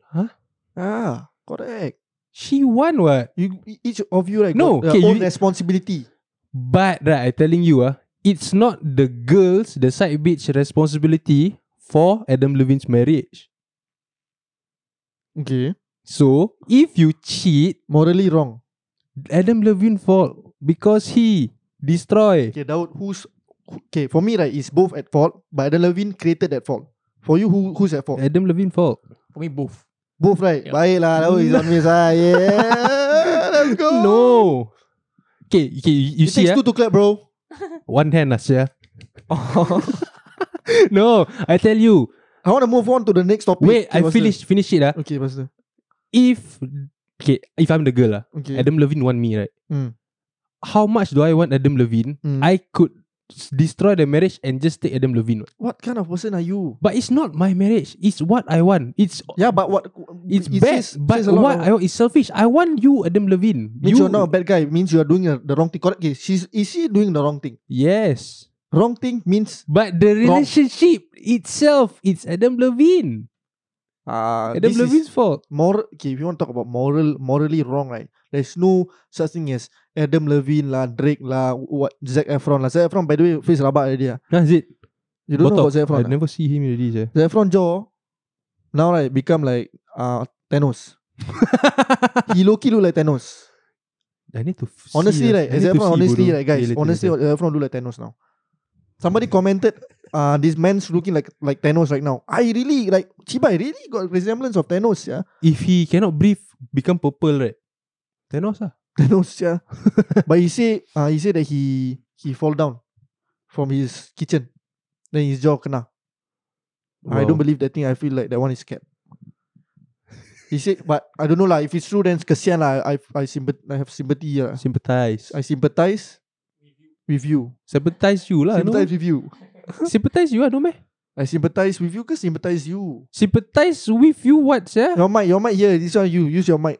[SPEAKER 2] Huh?
[SPEAKER 1] Ah, correct.
[SPEAKER 2] she won what?
[SPEAKER 1] You each of you like
[SPEAKER 2] No,
[SPEAKER 1] got
[SPEAKER 2] okay,
[SPEAKER 1] your own
[SPEAKER 2] you-
[SPEAKER 1] responsibility.
[SPEAKER 2] But right, I telling you ah, it's not the girls, the side bitch responsibility for Adam Levine's marriage.
[SPEAKER 1] Okay,
[SPEAKER 2] So if you cheat,
[SPEAKER 1] morally wrong.
[SPEAKER 2] Adam Levine fault because he destroy.
[SPEAKER 1] Okay, Daud, who's who- okay for me right? It's both at fault, but Adam Levine created that fault. For you, who who's at fault?
[SPEAKER 2] Adam Levine fault.
[SPEAKER 3] For me, both.
[SPEAKER 1] Both right?
[SPEAKER 3] Yeah.
[SPEAKER 1] Baiklah, Daud is on me side. Yeah, let's go.
[SPEAKER 2] No. Okay, okay, you, you
[SPEAKER 1] it
[SPEAKER 2] see
[SPEAKER 1] takes two
[SPEAKER 2] ah,
[SPEAKER 1] to clap, bro.
[SPEAKER 2] one hand lah, yeah. no, I tell you.
[SPEAKER 1] I want to move on to the next topic.
[SPEAKER 2] Wait,
[SPEAKER 1] Okay,
[SPEAKER 2] I
[SPEAKER 1] Pastor.
[SPEAKER 2] finish finish it ah.
[SPEAKER 1] Okay, Pastor.
[SPEAKER 2] If okay, if I'm the girl ah,
[SPEAKER 1] Okay.
[SPEAKER 2] Adam Levine want me right.
[SPEAKER 1] Mm.
[SPEAKER 2] How much do I want Adam Levine?
[SPEAKER 1] Mm.
[SPEAKER 2] I could s- destroy the marriage and just take Adam Levine.
[SPEAKER 1] what kind of person are you?
[SPEAKER 2] But it's not my marriage. It's what I want. It's
[SPEAKER 1] Yeah, but what?
[SPEAKER 2] it's
[SPEAKER 1] it
[SPEAKER 2] bad.
[SPEAKER 1] says-
[SPEAKER 2] But
[SPEAKER 1] says a lot
[SPEAKER 2] what
[SPEAKER 1] of-
[SPEAKER 2] I want is selfish. I want you, Adam Levine.
[SPEAKER 1] Means
[SPEAKER 2] you
[SPEAKER 1] you, are not a bad guy. Means you are doing uh, the wrong thing. Correct? Okay, she's is she doing the wrong thing?
[SPEAKER 2] yes.
[SPEAKER 1] Wrong thing means
[SPEAKER 2] But the
[SPEAKER 1] Wrong.
[SPEAKER 2] relationship itself, it's Adam Levine.
[SPEAKER 1] uh,
[SPEAKER 2] Adam
[SPEAKER 1] this is
[SPEAKER 2] Levine's fault.
[SPEAKER 1] moral. Okay, if you want to talk about moral, morally wrong, right? There's no such thing as Adam Levine lah, Drake lah, what Zac Efron lah. Zac Efron, by the way, face rabak already. Ah,
[SPEAKER 2] That's it.
[SPEAKER 1] You don't know about
[SPEAKER 2] Botox.
[SPEAKER 1] Zac Efron.
[SPEAKER 2] I
[SPEAKER 1] ah?
[SPEAKER 2] never see him already. Sir.
[SPEAKER 1] Zac Efron jaw now right become like uh Thanos. he low key look like Thanos.
[SPEAKER 2] I need to f- see
[SPEAKER 1] Honestly,
[SPEAKER 2] that.
[SPEAKER 1] right?
[SPEAKER 2] I need
[SPEAKER 1] Zac
[SPEAKER 2] to
[SPEAKER 1] Efron,
[SPEAKER 2] see,
[SPEAKER 1] honestly,
[SPEAKER 2] bodoh.
[SPEAKER 1] right, guys?
[SPEAKER 2] Later,
[SPEAKER 1] honestly,
[SPEAKER 2] later.
[SPEAKER 1] Zac Efron look like Thanos now. Somebody commented, uh, this man's looking like like Thanos right now. I really like Chiba. I really got resemblance of Thanos, yeah.
[SPEAKER 2] if he cannot breathe, become purple, right? Thanos ah. lah.
[SPEAKER 1] Thanos, yeah. but he say, uh, he said that he he fall down from his kitchen, then his jaw kena. I don't
[SPEAKER 2] Wow.
[SPEAKER 1] believe that thing. I feel like that one is cap. He said, but I don't know lah. If it's true, then kesian lah. I I, I, sympath- I have sympathy. lah.
[SPEAKER 2] Sympathize.
[SPEAKER 1] I sympathize with you.
[SPEAKER 2] Sympathize you lah.
[SPEAKER 1] sympathize
[SPEAKER 2] Sympathize,
[SPEAKER 1] with you.
[SPEAKER 2] no? sympathize you lah, no meh?
[SPEAKER 1] I sympathize with you ke sympathize you?
[SPEAKER 2] Sympathize with you what, sir?
[SPEAKER 1] Your mic, your mic here. This one you. Use your mic.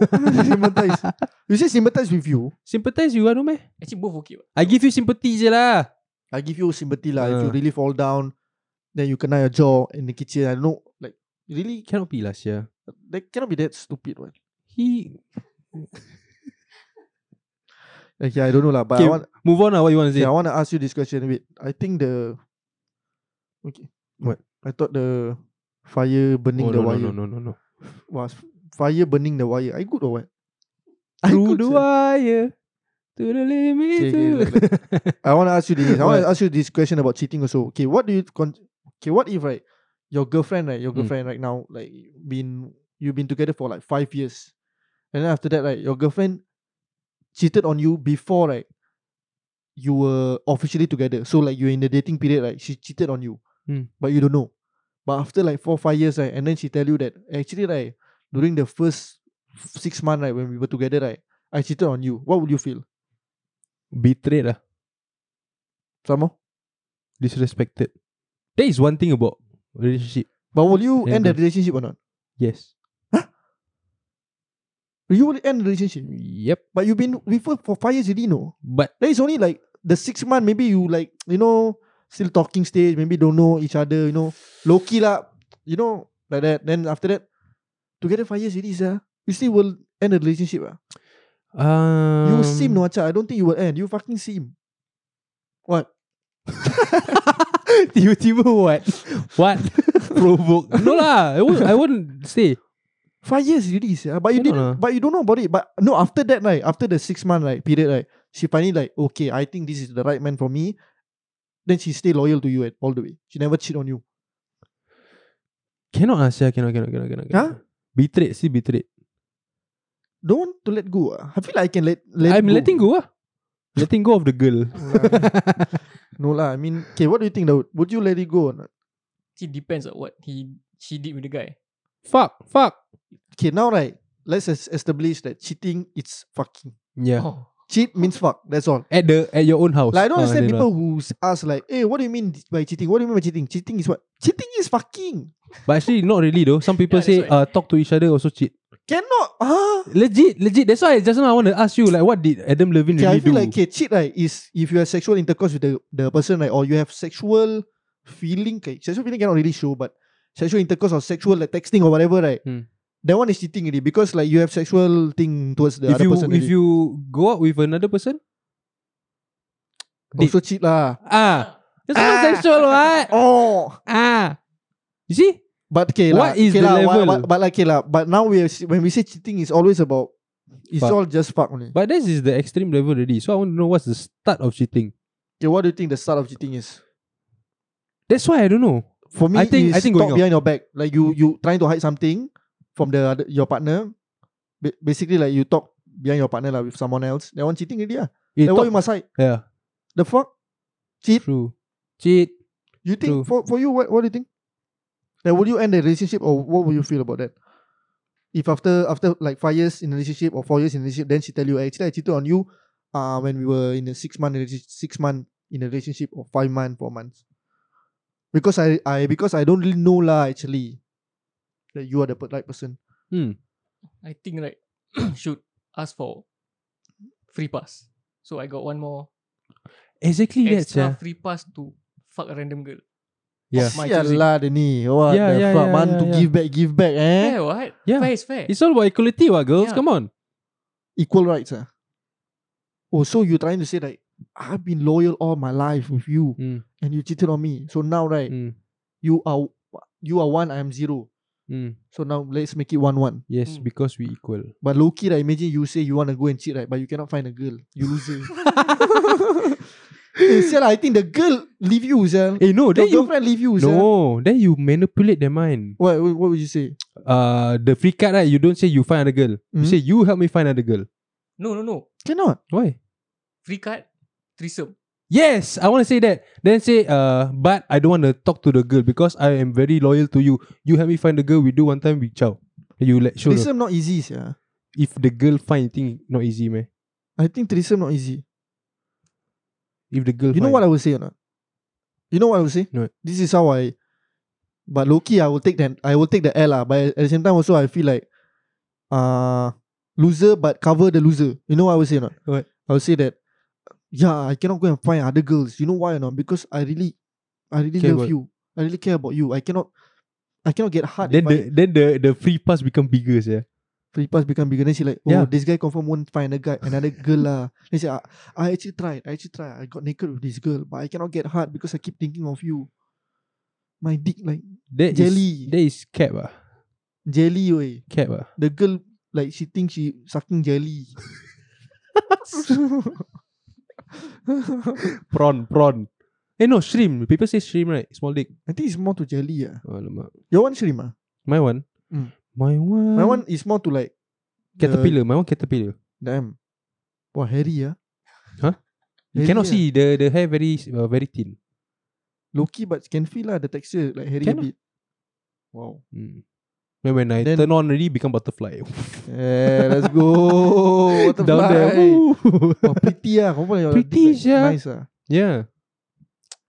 [SPEAKER 1] sympathize. You say sympathize with you.
[SPEAKER 2] Sympathize you lah, no meh?
[SPEAKER 3] Actually, both okay. What?
[SPEAKER 2] I give you sympathy je lah.
[SPEAKER 1] I give you sympathy lah. If you
[SPEAKER 2] Ah.
[SPEAKER 1] really fall down, then you kena your jaw in the kitchen. I don't know. Like, really?
[SPEAKER 2] Cannot be lah, sir.
[SPEAKER 1] That cannot be that stupid one.
[SPEAKER 2] He...
[SPEAKER 1] Okay, I don't know lah. But
[SPEAKER 2] Okay,
[SPEAKER 1] I want
[SPEAKER 2] move on lah, what you want to say?
[SPEAKER 1] okay, I want to ask you this question. Wait, I think the... Okay.
[SPEAKER 2] What?
[SPEAKER 1] I thought the fire burning
[SPEAKER 2] Oh,
[SPEAKER 1] the
[SPEAKER 2] no, no,
[SPEAKER 1] wire
[SPEAKER 2] no, no, no, no.
[SPEAKER 1] was fire burning the wire. I good or what? I
[SPEAKER 2] Through
[SPEAKER 1] good,
[SPEAKER 2] the
[SPEAKER 1] sir.
[SPEAKER 2] wire, to the limit.
[SPEAKER 1] Okay, okay,
[SPEAKER 2] to-
[SPEAKER 1] look, I want to ask you this. I want to
[SPEAKER 2] What?
[SPEAKER 1] ask you this question about cheating also. Okay, what do you con- Okay, what if right your girlfriend right your
[SPEAKER 2] Mm.
[SPEAKER 1] girlfriend right now like been you've been together for like five years, and then after that right your girlfriend cheated on you before right you were officially together. So like you're in the dating period right she cheated on you,
[SPEAKER 2] Mm.
[SPEAKER 1] but you don't know. But after like four five years right, and then she tell you that actually right during the first six month right when we were together right, I cheated on you, what would you feel?
[SPEAKER 2] Betrayed lah.
[SPEAKER 1] Samo?
[SPEAKER 2] Disrespected. That is one thing about relationship.
[SPEAKER 1] But will you
[SPEAKER 2] Yeah,
[SPEAKER 1] end the
[SPEAKER 2] bro.
[SPEAKER 1] relationship or not?
[SPEAKER 2] Yes.
[SPEAKER 1] You will end the relationship.
[SPEAKER 2] Yep.
[SPEAKER 1] But you've been with her for five years already, no?
[SPEAKER 2] But
[SPEAKER 1] That is only like the six month. Maybe you like you know still talking stage. Maybe don't know each other. You know, low key lah. You know like that. Then after that, together five years already, sir. You still will end the relationship. Ah,
[SPEAKER 2] um,
[SPEAKER 1] you seem no acha. I don't think you will end. You fucking seem. What?
[SPEAKER 2] Tiba-tiba what? What? Provoke. No lah. I won't, I won't say.
[SPEAKER 1] Five years already, sir. But you
[SPEAKER 2] Cannot
[SPEAKER 1] didn't.
[SPEAKER 2] lah.
[SPEAKER 1] But you don't know about it. But no, after that, right? After the six month right period, right? She finally like, okay, I think this is the right man for me. Then she stay loyal to you at all the way. She never cheat on you.
[SPEAKER 2] Cannot lah, Syah. Cannot, cannot, cannot, cannot.
[SPEAKER 1] Huh?
[SPEAKER 2] Betrayed. See, betrayed.
[SPEAKER 1] Don't want to let go. ah. I feel like I can let let
[SPEAKER 2] I'm
[SPEAKER 1] go.
[SPEAKER 2] letting go lah. Letting go of the girl.
[SPEAKER 1] No lah, I mean, okay, what do you think, Daud? Would you let it go or not?
[SPEAKER 3] It depends on what he she did with the guy.
[SPEAKER 2] fuck, fuck.
[SPEAKER 1] Okay, now right, let's es- establish that cheating it's fucking.
[SPEAKER 2] Yeah.
[SPEAKER 3] Oh.
[SPEAKER 1] Cheat means fuck. That's all.
[SPEAKER 2] At the at your own house.
[SPEAKER 1] Like I don't
[SPEAKER 2] Ah,
[SPEAKER 1] understand
[SPEAKER 2] then
[SPEAKER 1] people who s- ask like, "Hey, what do you mean by cheating? What do you mean by cheating? Cheating is what? Cheating is fucking.
[SPEAKER 2] what. But actually, not really though. Some people
[SPEAKER 3] Yeah,
[SPEAKER 2] say
[SPEAKER 3] that's why.
[SPEAKER 2] uh, talk to each other also cheat.
[SPEAKER 1] Cannot. ah. Huh?
[SPEAKER 2] Legit, legit. That's why just now I want to ask you like, what did Adam Levine
[SPEAKER 1] Okay,
[SPEAKER 2] really
[SPEAKER 1] I feel
[SPEAKER 2] do?
[SPEAKER 1] like okay, cheat right is if you have sexual intercourse with the, the person right, or you have sexual feeling. Okay, sexual feeling cannot really show, but sexual intercourse or sexual like texting or whatever right,
[SPEAKER 2] Hmm.
[SPEAKER 1] that one is cheating already because like you have sexual thing towards the
[SPEAKER 2] if
[SPEAKER 1] other
[SPEAKER 2] you
[SPEAKER 1] person.
[SPEAKER 2] if
[SPEAKER 1] already.
[SPEAKER 2] you go out with another person,
[SPEAKER 1] also Oh, cheat lah.
[SPEAKER 2] ah, that's
[SPEAKER 1] Ah.
[SPEAKER 2] not sexual, what?
[SPEAKER 1] Oh,
[SPEAKER 2] Ah, you see?
[SPEAKER 1] but okay lah.
[SPEAKER 2] What is
[SPEAKER 1] okay
[SPEAKER 2] the
[SPEAKER 1] lah, what-
[SPEAKER 2] level?
[SPEAKER 1] What, but like okay lah. But now we are, s- when we say cheating, it's always about it's
[SPEAKER 2] Fuck.
[SPEAKER 1] all just fuck only.
[SPEAKER 2] But this is the extreme level already. So I want to know what's the start of cheating.
[SPEAKER 1] Okay, what do you think the start of cheating is?
[SPEAKER 2] That's why I don't know.
[SPEAKER 1] For me,
[SPEAKER 2] I think-
[SPEAKER 1] it's
[SPEAKER 2] I think
[SPEAKER 1] talk
[SPEAKER 2] going out.
[SPEAKER 1] behind your back, like you you trying to hide something from the other, your partner. Ba- basically, like you talk behind your partner lah with someone else. That one cheating already ah.
[SPEAKER 2] Eh,
[SPEAKER 1] That
[SPEAKER 2] talk-
[SPEAKER 1] one you must hide.
[SPEAKER 2] yeah,
[SPEAKER 1] The fuck? Cheat?
[SPEAKER 2] true. Cheat.
[SPEAKER 1] You think
[SPEAKER 2] True.
[SPEAKER 1] for for you what what do you think? Like, would you end the relationship or what would you feel about that? If after after like five years in a relationship or four years in a relationship, then she tell you actually I cheated on you, uh when we were in a six month relationship, six month in a relationship or five month four months, because I I because I don't really know lah actually that you are the per- right person.
[SPEAKER 2] Hmm.
[SPEAKER 3] I think right should ask for free pass. So I got one more
[SPEAKER 2] Exactly that,
[SPEAKER 3] extra
[SPEAKER 2] yeah.
[SPEAKER 3] free pass to fuck a random girl.
[SPEAKER 2] Yeah.
[SPEAKER 3] My
[SPEAKER 1] Sialah dia ni. What
[SPEAKER 2] Yeah,
[SPEAKER 1] the
[SPEAKER 2] yeah,
[SPEAKER 1] fuck
[SPEAKER 2] yeah,
[SPEAKER 1] man
[SPEAKER 2] yeah,
[SPEAKER 1] to
[SPEAKER 2] yeah.
[SPEAKER 1] give back give back eh?
[SPEAKER 3] Yeah, what?
[SPEAKER 2] Yeah.
[SPEAKER 3] Fair is fair.
[SPEAKER 2] It's all about equality, what girls?
[SPEAKER 3] Yeah.
[SPEAKER 2] Come on.
[SPEAKER 1] equal rights. Ah. Oh, so you're trying to say like I've been loyal all my life with you
[SPEAKER 2] Mm,
[SPEAKER 1] and you cheated on me. So now right,
[SPEAKER 2] mm,
[SPEAKER 1] you are you are one, I am zero.
[SPEAKER 2] mm.
[SPEAKER 1] So now let's make it one one.
[SPEAKER 2] Yes,
[SPEAKER 3] Mm.
[SPEAKER 2] because we equal.
[SPEAKER 1] But low key, right, imagine you say you want to go and cheat, right? But you cannot find a girl. You loser. eh, sia lah, I think the girl leave you, sia.
[SPEAKER 2] Eh no,
[SPEAKER 1] Your
[SPEAKER 2] then you
[SPEAKER 1] girlfriend leave you, sia.
[SPEAKER 2] no, then you manipulate their mind.
[SPEAKER 1] What, what what would you say?
[SPEAKER 2] Uh, the free card, right? You don't say you find another girl. You
[SPEAKER 1] Mm.
[SPEAKER 2] say you help me find another girl.
[SPEAKER 3] no, no, no.
[SPEAKER 1] Cannot.
[SPEAKER 2] Why?
[SPEAKER 3] Free card, threesome.
[SPEAKER 2] Yes, I want to say that. Then say, uh, but I don't want to talk to the girl because I am very loyal to you. You help me find the girl. We do one time. We chow. You let show her.
[SPEAKER 1] Threesome not easy, sia.
[SPEAKER 2] if the girl find you think not easy, man.
[SPEAKER 1] I think threesome not easy.
[SPEAKER 2] If the girl,
[SPEAKER 1] You know what I would say or not? You know what I would say?
[SPEAKER 2] No.
[SPEAKER 1] This is how I. But Loki, I will take that. I will take the L lah. But at the same time, also I feel like, uh loser, but cover the loser. You know what I would say or not?
[SPEAKER 2] What?
[SPEAKER 1] I would say that. Yeah, I cannot go and find other girls. You know why or not? Because I really, I really
[SPEAKER 2] Care
[SPEAKER 1] love
[SPEAKER 2] about-
[SPEAKER 1] you. I really care about you. I cannot, I cannot get hard. if
[SPEAKER 2] Then
[SPEAKER 1] I-
[SPEAKER 2] the then the the free pass become bigger, yeah.
[SPEAKER 1] free pass become bigger. Then she like, oh,
[SPEAKER 2] Yeah.
[SPEAKER 1] this guy confirm won't find a guy, another girl lah. Then she, I, I actually tried, I actually tried. I got naked with this girl, but I cannot get hard because I keep thinking of you. My dick like
[SPEAKER 2] That is-
[SPEAKER 1] Jelly.
[SPEAKER 2] that is cap ah,
[SPEAKER 1] jelly way.
[SPEAKER 2] cap ah.
[SPEAKER 1] The girl like she thinks she sucking jelly.
[SPEAKER 2] Prawn, prawn. Eh no, shrimp. People say shrimp, right? Small dick. Oh,
[SPEAKER 1] I think it's more to jelly ah.
[SPEAKER 2] Alamak.
[SPEAKER 1] Your one shrimp ah.
[SPEAKER 2] My one.
[SPEAKER 1] Mm.
[SPEAKER 2] My one.
[SPEAKER 1] My one is more to like
[SPEAKER 2] Caterpillar. My one caterpillar.
[SPEAKER 1] damn. Wah hairy ah.
[SPEAKER 2] Huh? You
[SPEAKER 1] Hairy
[SPEAKER 2] cannot
[SPEAKER 1] ah.
[SPEAKER 2] see the the hair very uh, very thin.
[SPEAKER 1] Low key but can feel lah the texture like hairy a
[SPEAKER 2] Can ah.
[SPEAKER 1] bit. Wow.
[SPEAKER 2] Mm. When, when I
[SPEAKER 1] Then-
[SPEAKER 2] turn on already, become
[SPEAKER 1] Yeah,
[SPEAKER 2] butterfly.
[SPEAKER 1] Eh, let's go. Oh, Butterfly.
[SPEAKER 2] Down there. Woo.
[SPEAKER 1] Wah, pretty lah. Confirm your dick like
[SPEAKER 2] Pretty sia.
[SPEAKER 1] Nice lah.
[SPEAKER 2] yeah.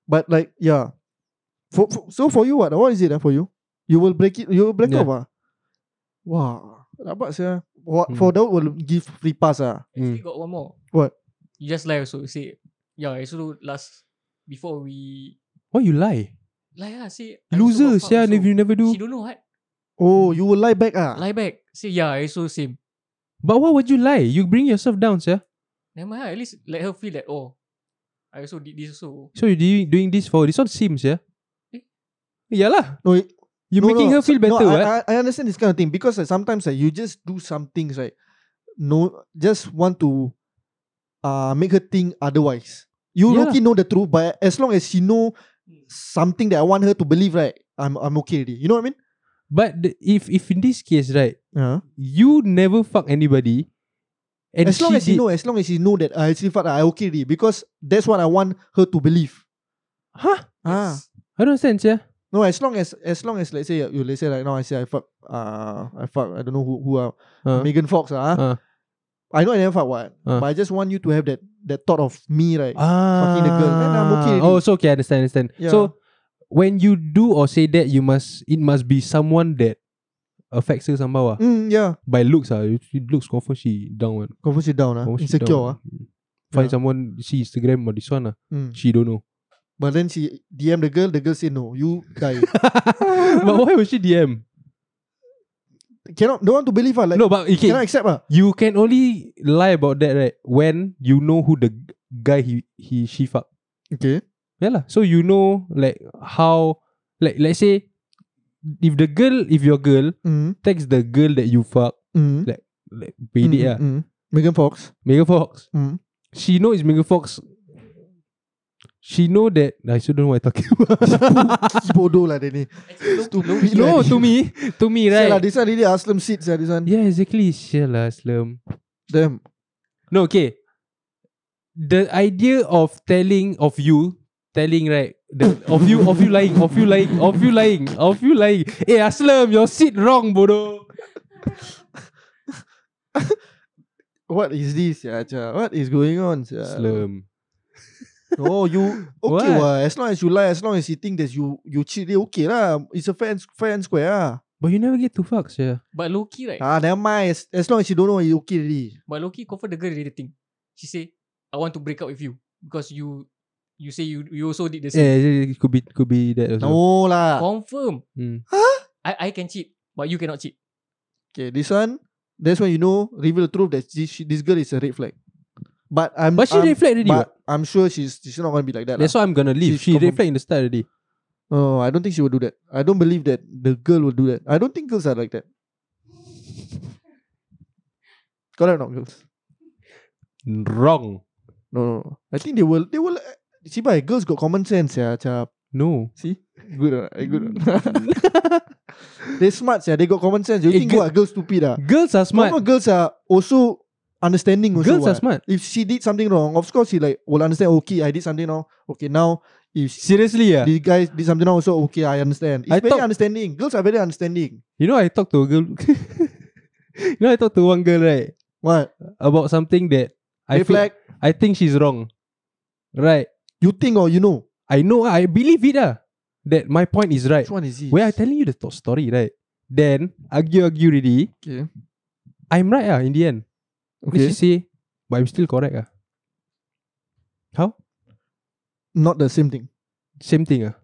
[SPEAKER 1] But like, yeah. For, for, so for you what? What is it ah for you? You will break it. You will break
[SPEAKER 2] Yeah.
[SPEAKER 1] up ah. Wah, rabak sia. What
[SPEAKER 2] Hmm.
[SPEAKER 1] for Daud will give free pass ah.
[SPEAKER 3] Actually, got one more.
[SPEAKER 1] What?
[SPEAKER 3] You just lie also. You say, yeah, I also last, before we,
[SPEAKER 2] Why you lie?
[SPEAKER 3] lie lah, say. I also
[SPEAKER 2] Loser,
[SPEAKER 3] got fucked
[SPEAKER 2] yeah.
[SPEAKER 3] also.
[SPEAKER 2] If you never do.
[SPEAKER 3] She don't know what.
[SPEAKER 1] Oh, you will lie back ah.
[SPEAKER 3] Lie back. Say, yeah, I also same.
[SPEAKER 2] But why would you lie? You bring yourself down, sir.
[SPEAKER 3] Never mind, lah, at least let her feel that, oh, I also did this also.
[SPEAKER 2] So you doing doing this for this one seems, yeah.
[SPEAKER 3] Eh?
[SPEAKER 2] Yeah lah.
[SPEAKER 1] No, it-
[SPEAKER 2] You
[SPEAKER 1] no,
[SPEAKER 2] making
[SPEAKER 1] no.
[SPEAKER 2] her feel
[SPEAKER 1] So-
[SPEAKER 2] better,
[SPEAKER 1] No,
[SPEAKER 2] eh?
[SPEAKER 1] I,
[SPEAKER 2] right?
[SPEAKER 1] I, I understand this kind of thing because like, sometimes like, you just do some things right. No, just want to uh make her think otherwise. You
[SPEAKER 2] Yeah.
[SPEAKER 1] yeah. know the truth, but as long as she know something that I want her to believe, right? I'm I'm okay already. You know what I mean?
[SPEAKER 2] But the, if if in this case, right,
[SPEAKER 1] Yeah.
[SPEAKER 2] you never fuck anybody, and
[SPEAKER 1] as long
[SPEAKER 2] she
[SPEAKER 1] as you
[SPEAKER 2] did-
[SPEAKER 1] know, as long as you know that I actually felt I okay already because that's what I want her to believe.
[SPEAKER 2] huh?
[SPEAKER 1] Ah.
[SPEAKER 3] Yes.
[SPEAKER 2] I don't understand, yeah.
[SPEAKER 1] No, as long as as long as let's say you let's say right now I say I fuck uh I fuck I don't know who who are
[SPEAKER 2] Uh,
[SPEAKER 1] Megan Fox ah.
[SPEAKER 2] Ah.
[SPEAKER 1] I know I never fuck what,
[SPEAKER 2] Ah.
[SPEAKER 1] but I just want you to have that that thought of me right.
[SPEAKER 2] ah,
[SPEAKER 1] fucking the girl, then I'm okay already.
[SPEAKER 2] Oh, so okay, I understand, understand.
[SPEAKER 1] Yeah.
[SPEAKER 2] So when you do or say that, you must it must be someone that affects her somehow. ah.
[SPEAKER 1] Mm, yeah,
[SPEAKER 2] By looks, ah, if it looks confirm she down. one.
[SPEAKER 1] confirm she down ah,
[SPEAKER 2] Confirm she
[SPEAKER 1] insecure ah.
[SPEAKER 2] down. Mm. Find
[SPEAKER 1] Yeah.
[SPEAKER 2] someone see Instagram or this one ah.
[SPEAKER 1] Mm.
[SPEAKER 2] She don't know.
[SPEAKER 1] But then she DM the girl, the girl say no, you die.
[SPEAKER 2] but why was she DM?
[SPEAKER 1] cannot don't want to believe ah, like
[SPEAKER 2] no, but okay.
[SPEAKER 1] cannot accept ah.
[SPEAKER 2] You can only lie about that right when you know who the g- guy he he she fuck.
[SPEAKER 1] Okay.
[SPEAKER 2] Yeah lah. So you know like how like let's say if the girl if your girl
[SPEAKER 1] Mm.
[SPEAKER 2] text the girl that you fuck
[SPEAKER 1] Mm.
[SPEAKER 2] like PD ah
[SPEAKER 1] Mm. Megan Fox.
[SPEAKER 2] Mega Fox
[SPEAKER 1] Mm.
[SPEAKER 2] she know it's Mega Fox. She know that I still don't know what I talking about.
[SPEAKER 1] Bodoh lah dia ni.
[SPEAKER 3] Actually, low-
[SPEAKER 1] Stupid.
[SPEAKER 3] low-key,
[SPEAKER 1] No,
[SPEAKER 2] no, to me, to me
[SPEAKER 1] Right. Lah,
[SPEAKER 2] right.
[SPEAKER 1] this one really Aslam seats lah, this one.
[SPEAKER 2] Yeah, exactly. Shit lah, Slum.
[SPEAKER 1] Damn.
[SPEAKER 2] No, okay. The idea of telling of you telling right the, of you of you lying of you lying of you lying of you lying. Eh, ah, Hey Aslam, your seat wrong, bodoh.
[SPEAKER 1] What is this? Yeah, cia? What is going on? cia?
[SPEAKER 2] Aslam.
[SPEAKER 1] Oh, you okay?
[SPEAKER 2] What?
[SPEAKER 1] What? As long as you lie, as long as you think that you you cheat, dia okay lah. It's a fair and, fair and square ah.
[SPEAKER 2] But you never get to fuck, yeah.
[SPEAKER 3] But Loki,
[SPEAKER 2] Eh.
[SPEAKER 3] right?
[SPEAKER 1] Ah, never mind. As, as long as you don't know, you okay already.
[SPEAKER 3] But Loki confirm the girl did the thing. She say, I want to break up with you because you you say you you also did the same.
[SPEAKER 2] Yeah, Eh, it could be could be that also.
[SPEAKER 1] No lah.
[SPEAKER 3] Confirm.
[SPEAKER 2] Mm.
[SPEAKER 3] I I can cheat, but you cannot cheat.
[SPEAKER 1] Okay, this one. That's when you know reveal the truth that this, she- this girl is a red flag. But I'm
[SPEAKER 2] But she
[SPEAKER 1] I'm,
[SPEAKER 2] reflect already.
[SPEAKER 1] Um, but
[SPEAKER 2] what?
[SPEAKER 1] I'm sure she's she's not gonna be like that.
[SPEAKER 2] That's
[SPEAKER 1] That's
[SPEAKER 2] why I'm gonna leave.
[SPEAKER 1] She's
[SPEAKER 2] She
[SPEAKER 1] confirm-
[SPEAKER 2] reflect in the start already.
[SPEAKER 1] oh, I don't think she will do that. I don't believe that the girl will do that. I don't think girls are like that. Correct or not, girls?
[SPEAKER 2] Wrong.
[SPEAKER 1] No, no, no. I think they will. They will. uh, See, by girls got common sense, yeah. Cha.
[SPEAKER 2] No.
[SPEAKER 1] See, good, or not? Eh, good. or not? they smart, yeah. They got common sense. You
[SPEAKER 2] Eh,
[SPEAKER 1] think
[SPEAKER 2] girl-
[SPEAKER 1] what girls stupid, ah?
[SPEAKER 2] Girls are
[SPEAKER 1] Normal
[SPEAKER 2] smart.
[SPEAKER 1] girls are also understanding. Also,
[SPEAKER 2] Girls are
[SPEAKER 1] what.
[SPEAKER 2] smart.
[SPEAKER 1] If she did something wrong, of course she like will understand. "Oh, Okay, I did something wrong. Okay, now if she,
[SPEAKER 2] Seriously, yeah.
[SPEAKER 1] the guy did something wrong, also okay, I understand. It's
[SPEAKER 2] I
[SPEAKER 1] very
[SPEAKER 2] thought-
[SPEAKER 1] understanding. Girls are very understanding.
[SPEAKER 2] You know, I talked to a girl. you know, I talked to one girl, right?
[SPEAKER 1] What?
[SPEAKER 2] About something that I
[SPEAKER 1] Red
[SPEAKER 2] feel,
[SPEAKER 1] flag.
[SPEAKER 2] I think she's wrong. Right.
[SPEAKER 1] You think or you know?
[SPEAKER 2] I know, I believe it, ah, that my point is right.
[SPEAKER 1] Which one is this?
[SPEAKER 2] When I telling you the to- story, right? Then, argue, argue, already.
[SPEAKER 1] Okay.
[SPEAKER 2] I'm right, ah, in the end. Then
[SPEAKER 1] Okay.
[SPEAKER 2] she say, but I'm still correct, ah. How?
[SPEAKER 1] Not the same thing.
[SPEAKER 2] Same thing, ah.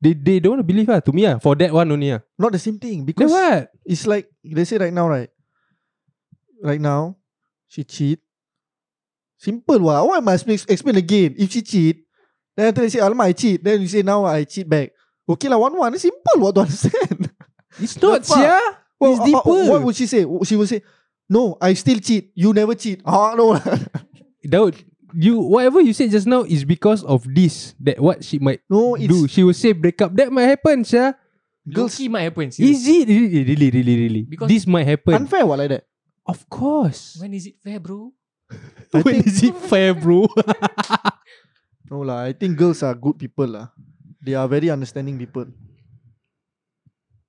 [SPEAKER 2] They, they don't want to believe, ah, to me, ah, for that one only, ah.
[SPEAKER 1] Not the same thing because
[SPEAKER 2] Then what?
[SPEAKER 1] It's like they say right now, right? Right now, she cheat. Simple wah. Why must make, explain again? If she cheat, then after they say Alma I cheat, then you say now I cheat back. Okay lah, one one. Simple what to understand.
[SPEAKER 2] It's not,
[SPEAKER 1] Nampak?
[SPEAKER 2] yeah.
[SPEAKER 1] Well,
[SPEAKER 2] It's
[SPEAKER 1] uh, uh,
[SPEAKER 2] deeper.
[SPEAKER 1] what would she say? She will say, "No, I still cheat. You never cheat." Ah no lah.
[SPEAKER 2] Daud, you whatever you said just now is because of this that what she might
[SPEAKER 1] no, it's
[SPEAKER 2] do. She will say break up. That might happen, sir.
[SPEAKER 1] Girls-
[SPEAKER 3] Loki might happen. serious.
[SPEAKER 2] Is it really, really, really, really?
[SPEAKER 3] Because-
[SPEAKER 2] this might happen.
[SPEAKER 1] unfair what like that.
[SPEAKER 2] of course.
[SPEAKER 3] When is it fair, bro?
[SPEAKER 1] I
[SPEAKER 2] When
[SPEAKER 1] think-
[SPEAKER 2] is it fair, bro?
[SPEAKER 1] No lah. I think girls are good people lah. They are very understanding people.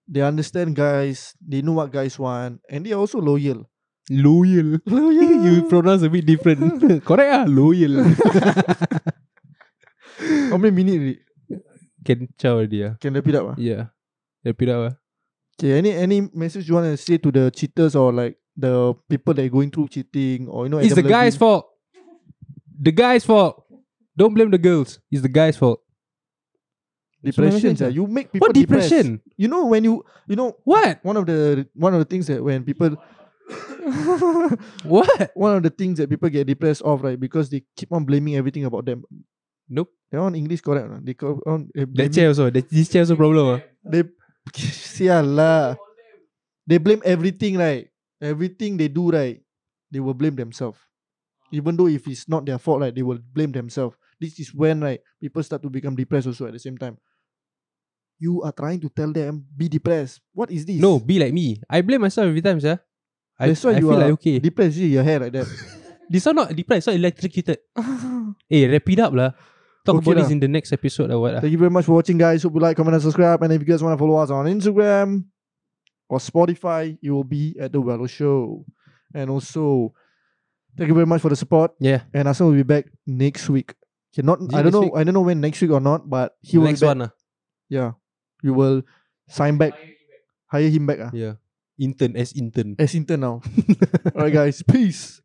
[SPEAKER 1] They understand guys. They know what guys want, and they are also loyal.
[SPEAKER 2] Loyal.
[SPEAKER 1] Loyal.
[SPEAKER 2] you pronounce a bit different. Correct ah, loyal.
[SPEAKER 1] How many minutes? already?
[SPEAKER 2] Can chow already ah.
[SPEAKER 1] Can wrap it up. ah?
[SPEAKER 2] Yeah. Wrap it up ah.
[SPEAKER 1] Okay, any any message you want to say to the cheaters or like the people that are going through cheating or you know?
[SPEAKER 2] It's the
[SPEAKER 1] Adam
[SPEAKER 2] guy's
[SPEAKER 1] Levine?
[SPEAKER 2] fault. The guy's fault. Don't blame the girls. It's the guy's fault.
[SPEAKER 1] Depression.
[SPEAKER 2] Semua message
[SPEAKER 1] sia.
[SPEAKER 2] ah.
[SPEAKER 1] You make people
[SPEAKER 2] What
[SPEAKER 1] depressed.
[SPEAKER 2] depression?
[SPEAKER 1] You know when you you know
[SPEAKER 2] What?
[SPEAKER 1] one of the one of the things that when people
[SPEAKER 2] What?
[SPEAKER 1] one of the things that people get depressed of right because they keep on blaming everything about them.
[SPEAKER 2] Nope.
[SPEAKER 1] They on English correct or not? They call on eh,
[SPEAKER 2] That
[SPEAKER 1] blaming-
[SPEAKER 2] chair also. That, this chair also problem ah.
[SPEAKER 1] they sialah. They blame everything right. Everything they do right, they will blame themselves. Even though if it's not their fault right, they will blame themselves. This is when right people start to become depressed also at the same time. You are trying to tell them be depressed. What is this?
[SPEAKER 2] No, be like me. I blame myself every time, sir. I,
[SPEAKER 1] That's why
[SPEAKER 2] I
[SPEAKER 1] you
[SPEAKER 2] feel
[SPEAKER 1] are
[SPEAKER 2] like okay.
[SPEAKER 1] depressed. You see your hair like that.
[SPEAKER 2] This one not depressed, it's not electrocuted. eh, wrap it up lah. Talk
[SPEAKER 1] Okay
[SPEAKER 2] about this
[SPEAKER 1] lah.
[SPEAKER 2] in the next episode or what ah. lah.
[SPEAKER 1] Thank you very much for watching, guys. Hope you like, comment, and subscribe. And if you guys want to follow us on Instagram or Spotify, you will be at The Wello Show. And also, thank you very much for the support.
[SPEAKER 2] Yeah.
[SPEAKER 1] And Arsenal will be back next week. Okay, not
[SPEAKER 2] Is it
[SPEAKER 1] I don't
[SPEAKER 2] next
[SPEAKER 1] know.
[SPEAKER 2] week?
[SPEAKER 1] I don't know when next week or not, but he will
[SPEAKER 2] next
[SPEAKER 1] be back.
[SPEAKER 2] one ah. lah.
[SPEAKER 1] Yeah, we will sign back, hire him back. Ah,
[SPEAKER 2] Yeah. Intern as intern.
[SPEAKER 1] as intern now. All right, guys. Peace.